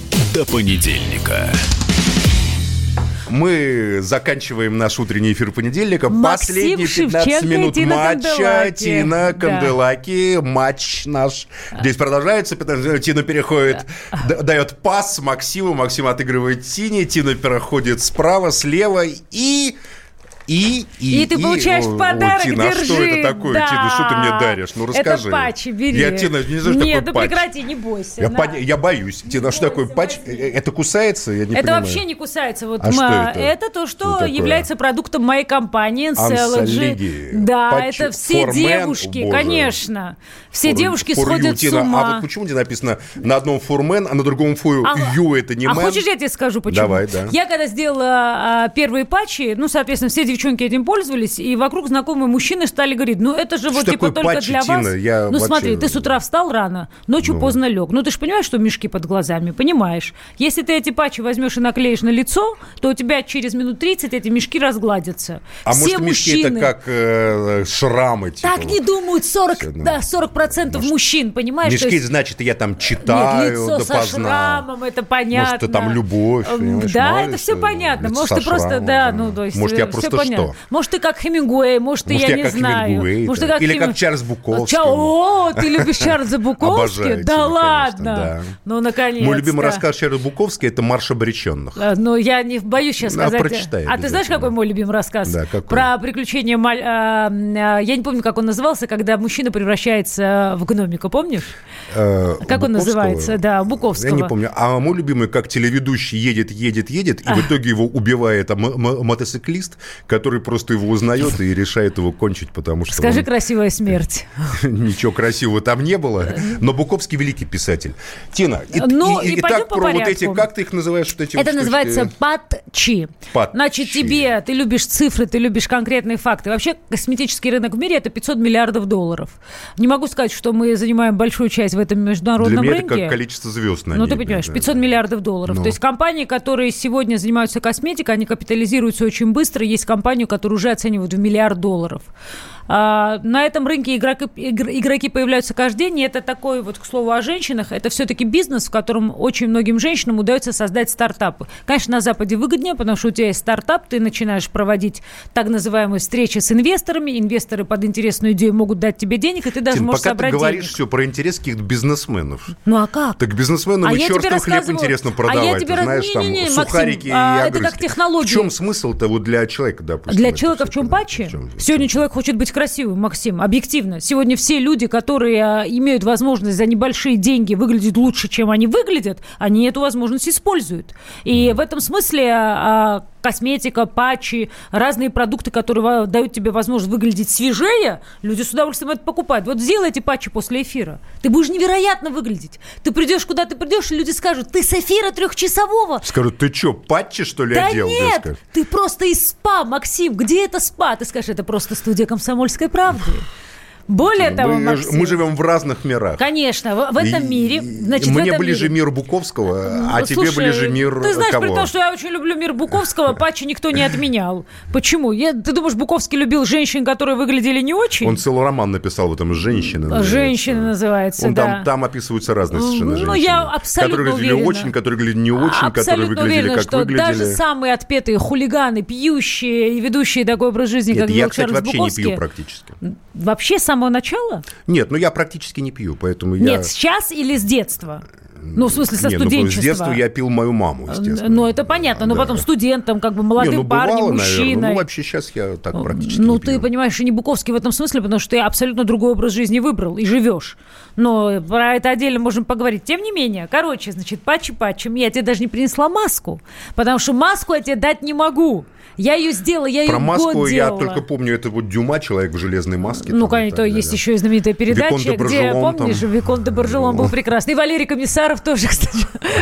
A: до понедельника.
B: Мы заканчиваем наш утренний эфир понедельника.
C: Максим
B: Последние 15
C: Шевченко и
B: минут
C: Тина
B: матча.
C: Канделаки.
B: Тина
C: Да.
B: Канделаки. Матч наш здесь продолжается. потому что Тина переходит, да- дает пас Максиму. Максим отыгрывает Тине. Тина переходит справа, слева и... И,
C: И ты получаешь
B: о, о,
C: подарок,
B: Тина, а что
C: держи,
B: это такое,
C: да.
B: Тина, что ты мне даришь? Ну, расскажи.
C: Это патчи, бери.
B: Я, Тина, не знаю, что
C: Нет,
B: такое
C: да
B: патч.
C: прекрати, не бойся.
B: Я,
C: на.
B: поня- я боюсь. Тина, что такое патч? Э, Это кусается? Я не
C: Это
B: понимаю.
C: вообще не кусается. Вот,
B: А
C: ма-
B: что это?
C: это?
B: Что
C: то, что
B: такое?
C: является продуктом моей компании
B: Ансалиги,
C: NCLG. Да,
B: патчи,
C: это все
B: формен,
C: девушки,
B: боже.
C: конечно. Все
B: For-
C: девушки
B: for you,
C: сходят с
B: Тина.
C: ума.
B: А вот почему не написано на одном фурмен, а на другом фую
C: А-
B: ю это не
C: а
B: мэн?
C: хочешь, я тебе скажу, почему?
B: Давай, да.
C: Я когда сделала а, первые патчи, ну, соответственно, все девчонки этим пользовались, и вокруг знакомые мужчины стали говорить, ну, это же вот, типа,
B: такое
C: только
B: патчи,
C: для
B: Тина?
C: вас.
B: Я
C: ну,
B: вообще-
C: смотри, ты с утра встал рано, ночью поздно лег. Ну, ты же понимаешь, что мешки под глазами, понимаешь? Если ты эти патчи возьмешь и наклеишь на лицо, то у тебя через минут 30 эти мешки разгладятся.
B: А
C: все
B: может, мешки это
C: мужчины-
B: как э, шрамы? Типа,
C: Так не
B: вот.
C: думают 40,
B: Всё, ну,
C: да, 40 процентов мужчин, понимаешь? То
B: Мешки,
C: есть-
B: значит, я там
C: нет,
B: читаю
C: лицо
B: допоздна.
C: со шрамом, это понятно.
B: Может, это там любовь,
C: Эм,
B: понимаешь,
C: Да,
B: мало ли
C: это
B: что,
C: все понятно.
B: лицо
C: Может, ты
B: со
C: просто,
B: шрамом,
C: да,
B: да.
C: ну, то есть...
B: Может, я
C: э,
B: просто
C: всё понятно.
B: что?
C: Может, ты как Хемингуэй, может, ты,
B: Может,
C: я
B: я
C: не
B: как
C: знаю.
B: Хемингуэй,
C: может, ты
B: да.
C: как
B: Или как
C: Хеминг-
B: Чарльз Букowski.
C: Ча- О, ты любишь Чарльза Буковски?
B: Обожаю
C: Да
B: тебя,
C: ладно.
B: ну, конечно, да.
C: Ну, наконец-то.
B: Мой любимый рассказ Шерри Буковский – это «Марш обреченных».
C: Э, Ну, я не боюсь сейчас
B: Да,
C: сказать.
B: Ну, прочитай
C: а ты знаешь,
B: обязательно.
C: какой мой любимый рассказ?
B: Да, какой?
C: Про приключения... Маль- а, м, а, Я не помню, как он назывался, когда мужчина превращается в гномика, помнишь?
B: Э,
C: Как
B: Буковского?
C: он называется? Да,
B: Я
C: Буковского.
B: не помню. А мой любимый, как телеведущий едет, едет, едет, и в итоге его убивает м- м- мотоциклист, который просто его узнает и решает его кончить, потому что
C: Скажи
B: он-
C: красивая смерть.
B: ничего красивого там не было. Но Буковский великий писатель. Тина, и,
C: Ну, и пойдем
B: так
C: по
B: про вот
C: порядку.
B: эти, как ты их называешь? вот эти вот
C: Это
B: штучки?
C: называется патчи.
B: Патчи.
C: Значит, тебе, ты любишь цифры, ты любишь конкретные факты. Вообще, косметический рынок в мире это 500 миллиардов долларов. Не могу сказать, что мы занимаем большую часть в этом
B: Для
C: международном
B: меня это
C: рынке.
B: как количество звезд на
C: Ну, ты
B: небе,
C: понимаешь,
B: да.
C: 500 миллиардов долларов.
B: Ну.
C: То есть компании, которые сегодня занимаются косметикой, они капитализируются очень быстро. Есть компанию, которую уже оценивают в миллиард долларов. А, на этом рынке игроки, игр- игроки появляются каждый день. И это такой, вот к слову о женщинах, это все-таки бизнес, в котором очень многим женщинам удается создать стартапы. Конечно, на Западе выгоднее, потому что у тебя есть стартап, ты начинаешь проводить так называемые встречи с инвесторами. Инвесторы под интересную идею могут дать тебе денег, и ты даже
B: Тин,
C: можешь
B: пока ты
C: собрать
B: говоришь
C: денег.
B: все про интерес каких-то бизнесменов.
C: Ну а как?
B: Так бизнесменам
C: А
B: и
C: я тебе
B: чертов хлеб
C: рассказывала-
B: интересно
C: а я
B: продавать. ты
C: тебе раз-
B: знаешь, там
C: не-не-не, Максим,
B: сухарики
C: а,
B: и
C: это
B: огрызки.
C: как технология.
B: В чем смысл-то вот для человека, допустим?
C: Для
B: это
C: человека в
B: всё,
C: чем
B: да?
C: патчи?
B: В чём-
C: Сегодня человек хочет быть красивым, Максим, объективно. Сегодня все люди, которые а, имеют возможность за небольшие деньги выглядеть лучше, чем они выглядят, они эту возможность используют. И в этом смысле а, косметика, патчи, разные продукты, которые ва- дают тебе возможность выглядеть свежее, люди с удовольствием это покупают. Вот сделай эти патчи после эфира. Ты будешь невероятно выглядеть. Ты придешь, куда ты придешь, и люди скажут, ты с эфира трехчасового.
B: Скажут, ты что, патчи, что ли,
C: Да
B: одел? Ты
C: нет,
B: скажешь.
C: ты просто из СПА, Максим. Где это СПА? Ты скажешь, это просто студия «Комсомольской правды». Более того,
B: Ну, Мы, ж-
C: Максим,
B: мы живем в разных мирах.
C: Конечно, в, в этом
B: И-
C: мире,
B: и-
C: значит, в
B: мне
C: этом
B: ближе
C: мире. Ну,
B: мир Буковского, а тебе
C: Слушай,
B: ближе мир
C: Ты знаешь,
B: кого?
C: при том, что я очень люблю мир Буковского, патчи никто не отменял. Почему? Я- ты думаешь, Буковский любил женщин, которые выглядели не очень?
B: Он целый роман написал в этом «Женщина». называется.
C: Женщина называется,
B: Он
C: да.
B: там, там описываются разные совершенно
C: Ну,
B: женщины.
C: я абсолютно
B: Которые выглядели
C: уверена.
B: очень, которые выглядели не очень, которые
C: Абсолютно
B: выглядели
C: уверена,
B: как
C: что
B: выглядели.
C: даже самые отпетые хулиганы, пьющие и ведущие такой образ жизни,
B: Нет,
C: как
B: я,
C: вел
B: кстати,
C: Чарльз
B: вообще
C: Буковский,
B: не пью практически.
C: вообще с самого начала?
B: Нет, ну я практически не пью, поэтому я...
C: Нет, сейчас или с детства? Ну, в смысле, со
B: Не, ну,
C: студенчества.
B: с детства я пил мою маму, естественно.
C: Ну, это понятно, но
B: Да.
C: потом студентом, как бы
B: Не,
C: молодым
B: ну,
C: парнем,
B: бывало, наверное.
C: мужчиной.
B: Ну, вообще сейчас я так практически
C: Ну,
B: не
C: ты
B: пью.
C: понимаешь, и не Буковский в этом смысле, потому что ты абсолютно другой образ жизни выбрал и живешь. Но про это отдельно можем поговорить. Тем не менее, короче, значит, патчи-патчи. Я тебе даже не принесла маску, потому что маску я тебе дать не могу. Я ее сделала, я ее
B: Про маску
C: год
B: я
C: делала.
B: только помню, это вот Дюма, человек в железной маске. там,
C: Ну,
B: и
C: конечно,
B: так
C: то
B: далее.
C: есть еще и знаменитая передача,
B: Виконт де
C: где,
B: Баржелон
C: помнишь,
B: там.
C: Виконт де Баржелон был прекрасный. И Валерий Комиссаров тоже, кстати,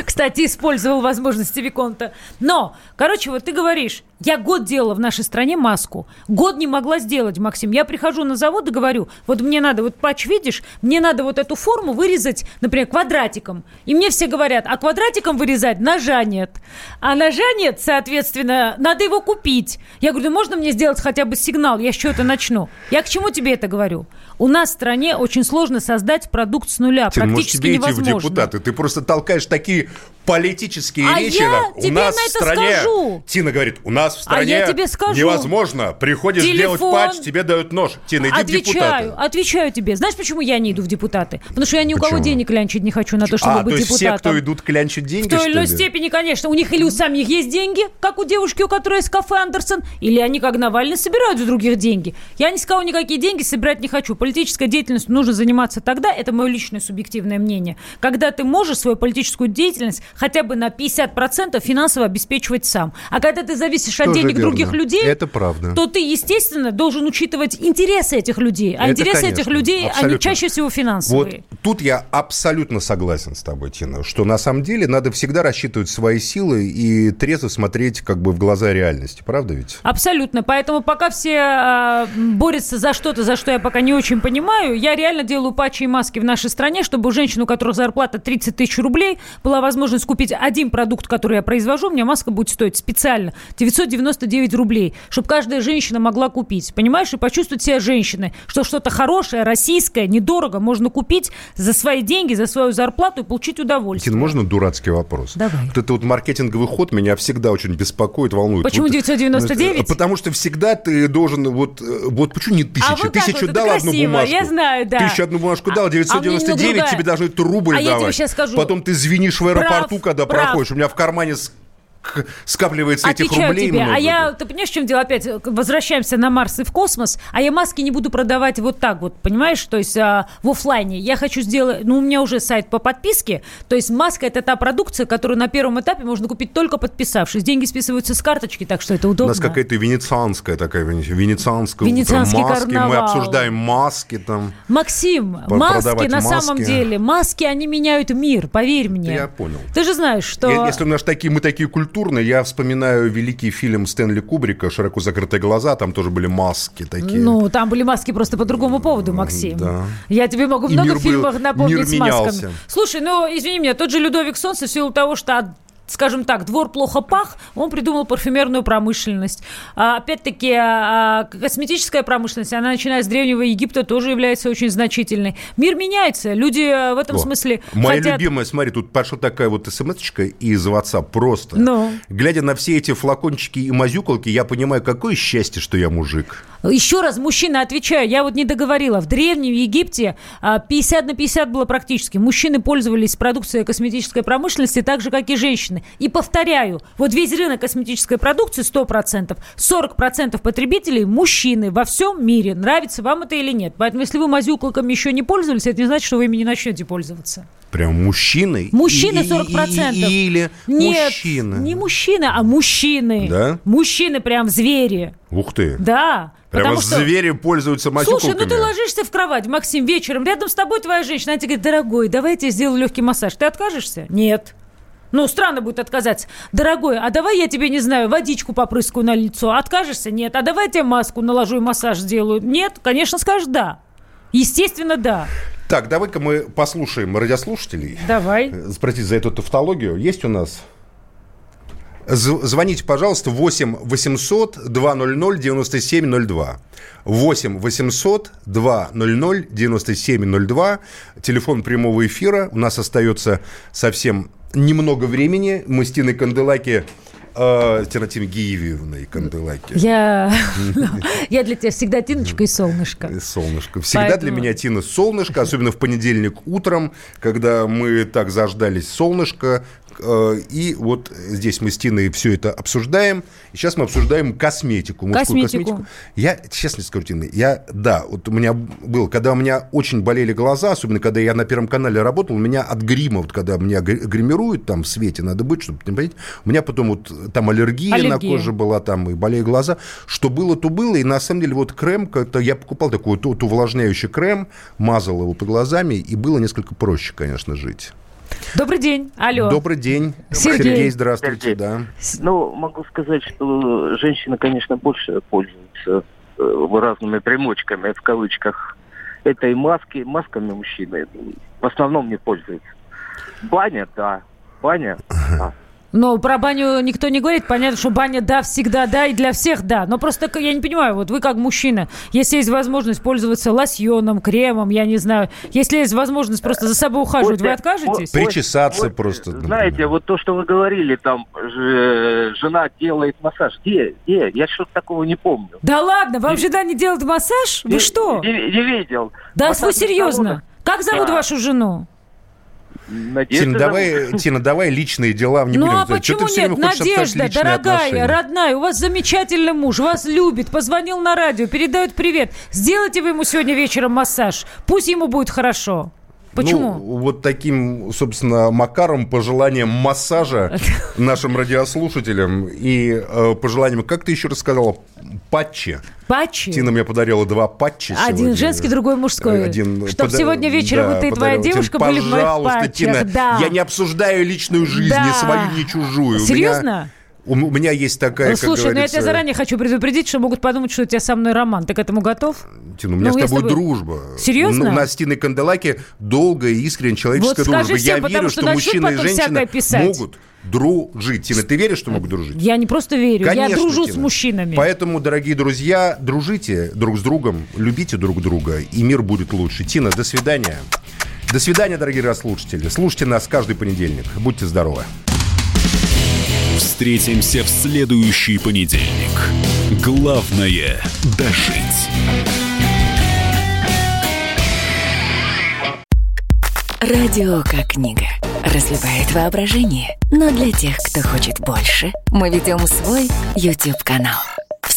C: кстати, использовал возможности Виконта. Но, короче, вот ты говоришь, я год делала в нашей стране маску. Год не могла сделать, Максим. Я прихожу на завод и говорю, вот мне надо, вот патч видишь, мне надо вот эту форму вырезать, например, квадратиком. И мне все говорят, а квадратиком вырезать ножа нет. А ножа нет, соответственно, надо его купить. Я говорю, ну можно мне сделать хотя бы сигнал, я с чего-то начну. Я к чему тебе это говорю? У нас в стране очень сложно создать продукт с нуля,
B: Тин, может,
C: практически
B: тебе идти в
C: невозможно.
B: депутаты? Ты просто толкаешь такие политические
C: А
B: речи
C: я
B: на-
C: тебе
B: у нас
C: на
B: в
C: это
B: стране.
C: скажу.
B: Тина говорит, у нас в
C: А
B: стране
C: я тебе скажу.
B: невозможно. Приходишь делать
C: Телефон.
B: патч, тебе дают нож. Тина, иди в
C: отвечаю,
B: депутаты.
C: отвечаю тебе. Знаешь, почему я не иду в депутаты? Потому что я ни у кого
B: Почему?
C: денег клянчить не хочу на то, чтобы
B: А, то
C: быть
B: есть все,
C: депутатом.
B: кто идут клянчить деньги,
C: В той
B: что
C: или иной
B: ли?
C: степени, конечно. У них или у самих есть деньги, как у девушки, у которой есть кафе Андерсон, или они, как Навальный, собирают у других деньги. Я ни с кого никакие деньги собирать не хочу. Политической деятельностью нужно заниматься тогда, это мое личное субъективное мнение, когда ты можешь свою политическую деятельность хотя бы на 50% финансово обеспечивать сам. А когда ты зависишь от
B: Тоже
C: денег
B: верно.
C: других людей,
B: Это правда.
C: то ты, естественно, должен учитывать интересы этих людей. А
B: Это
C: интересы
B: конечно,
C: этих людей,
B: абсолютно.
C: они чаще всего
B: Вот
C: финансовые.
B: тут я абсолютно согласен с тобой, Тина, что на самом деле надо всегда рассчитывать свои силы и трезво смотреть как бы в глаза реальности, правда ведь?
C: Абсолютно. Поэтому пока все а, м, борются за что-то, за что я пока не очень понимаю, я реально делаю патчи и маски в нашей стране, чтобы у женщин, у которых зарплата 30 тысяч рублей, была возможность купить один продукт, который я произвожу, мне маска будет стоить специально 999 рублей, чтобы каждая женщина могла купить. Понимаешь? И почувствовать себя женщиной, что что-то хорошее, российское, недорого можно купить за свои деньги, за свою зарплату и получить удовольствие.
B: Тина, можно дурацкий вопрос?
C: Давай.
B: Вот это вот маркетинговый ход меня всегда очень беспокоит, волнует.
C: Почему
B: Вот, э,
C: 999?
B: Потому что всегда ты должен вот, э, вот почему не тысяча?
C: А вот так
B: Тысячу
C: вот, это
B: дал одну
C: красиво,
B: бумажку.
C: я знаю, да.
B: Тысячу одну бумажку
C: А-
B: дал,
C: а мне немного
B: 999
C: другая.
B: тебе должны рубль
C: А я
B: давать.
C: тебе щас скажу.
B: Потом ты звенишь в аэропорту, когда
C: прав.
B: проходишь. У меня в кармане с- к- скапливается этих
C: Отвечаю
B: рублей
C: тебе.
B: много.
C: А я, ты понимаешь, в чем дело? Опять э, возвращаемся на Марс и в космос, а я маски не буду продавать вот так вот, понимаешь? То есть а, в оффлайне я хочу сделать... Ну, у меня уже сайт по подписке, то есть маска это та продукция, которую на первом этапе можно купить только подписавшись. Деньги списываются с карточки, так что это
B: У
C: удобно.
B: нас какая-то венецианская такая, вене- венецианская утро,
C: Венецианский
B: маски. Мы
C: карнавал.
B: обсуждаем маски там.
C: Максим,
B: Про-
C: маски
B: продавать
C: на
B: маски.
C: самом деле, маски, они меняют мир, поверь мне.
B: я понял.
C: Ты же знаешь, что...
B: Я- Если у нас такие, мы такие культурные, я вспоминаю великий фильм Стэнли Кубрика «Широко закрытые глаза», там тоже были маски такие.
C: Ну, там были маски просто по другому поводу, Максим.
B: да.
C: Я тебе могу
B: И
C: много
B: мир был-
C: фильмов напомнить
B: мир
C: с масками.
B: менялся.
C: Слушай, ну, извини меня, тот же Людовик Солнце в силу того, что от- скажем так, двор плохо пах, он придумал парфюмерную промышленность. А, опять-таки, а, а, косметическая промышленность, она, начиная с Древнего Египта, тоже является очень значительной. Мир меняется, люди э, в этом
B: Во.
C: смысле
B: Моя
C: хотят...
B: любимая, смотри, тут пошла такая вот смс-очка из WhatsApp просто.
C: Ну.
B: Глядя на все эти флакончики и мазюкалки, я понимаю, какое счастье, что я мужик.
C: Еще раз, мужчина, отвечаю, я вот не договорила. В Древнем Египте а, 50 на 50 было практически. Мужчины пользовались продукцией косметической промышленности так же, как и женщины. И повторяю, вот весь рынок косметической продукции 100%, 40% потребителей – мужчины во всем мире. Нравится вам это или нет. Поэтому, если вы мазюкалками еще не пользовались, это не значит, что вы ими не начнете пользоваться.
B: Прям мужчины. и-
C: Мужчины
B: и- и-
C: 40%.
B: и- Или
C: Нет,
B: мужчины.
C: не мужчины, а мужчины.
B: Да?
C: Мужчины прям звери.
B: Ух ты.
C: Да.
B: Прямо
C: потому что-
B: звери пользуются мазюкалками.
C: Слушай, ну ты ложишься в кровать, Максим, вечером, рядом с тобой твоя женщина, она тебе говорит, дорогой, давай я тебе сделаю легкий массаж. Ты откажешься? Нет. Ну, странно будет отказаться. Дорогой, а давай я тебе, не знаю, водичку попрыскаю на лицо. Откажешься? Нет. А давай я тебе маску наложу и массаж сделаю? Нет. Конечно, скажешь да. Естественно, да.
B: Так, давай-ка мы послушаем радиослушателей.
C: Давай.
B: Э, Спросить за эту тавтологию. Есть у нас? З- Звоните, пожалуйста, 8 800 200 9702. 8 800 200 9702. Телефон прямого эфира. У нас остается совсем немного времени. Мы с Тиной Канделаки, э, с Тиной Гиевиевной Канделаки.
C: Я, ну, я для тебя всегда Тиночка и солнышко.
B: Э. Солнышко. Всегда
C: Поэтому-
B: для меня Тина солнышко, особенно в понедельник утром, когда мы так заждались солнышко. Э, И вот здесь мы с Тиной все это обсуждаем. И сейчас мы обсуждаем косметику. Мужскую
C: Косметику.
B: Я, честно скажу, Тина, я, да, вот у меня был, когда у меня очень болели глаза, особенно когда я на Первом канале работал, у меня от грима, вот когда меня гри- гримируют там в свете, надо быть, чтобы, ты понимаете, у меня потом вот там аллергия, на
C: Аллергия.
B: коже была там, и болели глаза. Что было, то было. И на самом деле вот крем, как-то я покупал такой вот, вот увлажняющий крем, мазал его под глазами, и было несколько проще, конечно, жить.
C: Добрый день. Алло.
B: Добрый день.
C: Сергей.
B: здравствуйте.
F: Сергей.
B: Да.
F: Ну, могу сказать, что женщины, конечно, больше пользуются э, разными примочками, в кавычках. Это и маски, масками мужчины в основном не пользуются. Баня, да. Баня, да.
C: Но про баню никто не говорит. Понятно, что баня да, всегда да и для всех да. Но просто к- я не понимаю, вот вы как мужчина, если есть возможность пользоваться лосьоном, кремом, я не знаю, если есть возможность просто за собой ухаживать, вы
F: После-
C: откажетесь?
F: по-
B: Причесаться
F: после-
B: просто, например.
F: Знаете, вот то, что вы говорили, там ж- жена делает массаж. Где? Где? Я что-то такого не помню.
C: Да ладно, вам жена не делает массаж? Вы
F: Не-
C: Ну что?
F: Не, не видел.
C: Да вы
F: Массажный
C: серьезно?
F: салон.
C: Как зовут
F: Да.
C: вашу жену?
F: Надежда
B: Тина, давай, Тина, давай личные дела не
C: Ну
B: будем
C: а
B: обсуждать. Чё
C: почему
B: ты всё
C: нет?
B: время хочешь обсуждать
C: Надежда,
B: личные отношения?
C: дорогая, родная, у вас замечательный муж, вас любит, позвонил на радио, передает привет. Сделайте вы ему сегодня вечером массаж. Пусть ему будет хорошо. Почему?
B: Ну, вот таким, собственно, макаром, пожеланием массажа нашим радиослушателям и э, пожеланием, как ты еще раз сказала, патчи.
C: Патчи.
B: Тина мне подарила два патчи
C: Один
B: сегодня. Э,
C: женский, другой мужской.
B: Один
C: Чтоб
B: пода-
C: сегодня вечером
B: да,
C: вот ты и твоя
B: подарила. Тин,
C: девушка были в моих
B: Пожалуйста,
C: патчах,
B: Тина,
C: да. Ну,
B: я не обсуждаю личную жизнь,
C: Да.
B: ни свою, ни чужую. У меня-
C: Серьезно?
B: У у меня есть такая,
C: Ну,
B: как
C: Слушай, ну я
B: говорится,
C: тебя заранее хочу предупредить, что могут подумать, что у тебя со мной роман. Ты к этому готов?
B: Тина, у меня
C: Ну,
B: с
C: я с
B: тобой
C: тобой-
B: дружба.
C: Серьезно?
B: Ну, У нас с Тиной Канделаки долгая и искренняя человеческая
C: Вот скажи
B: дружба.
C: всем,
B: я
C: потому
B: верю,
C: что
B: что
C: начнут
B: мужчина и
C: потом всякое
B: женщина
C: писать.
B: могут дружить. Тина, ты веришь, что могут дружить?
C: Я не просто верю, я
B: Конечно,
C: дружу с
B: Тина.
C: мужчинами.
B: Поэтому, дорогие друзья, дружите друг с другом, любите друг друга, и мир будет лучше. Тина, до свидания. До свидания, дорогие расслушатели. Слушайте нас каждый понедельник. Будьте здоровы.
A: Встретимся в следующий понедельник. Главное – дожить.
G: Радио как книга. Разливает воображение. Но для тех, кто хочет больше, мы ведем свой YouTube-канал.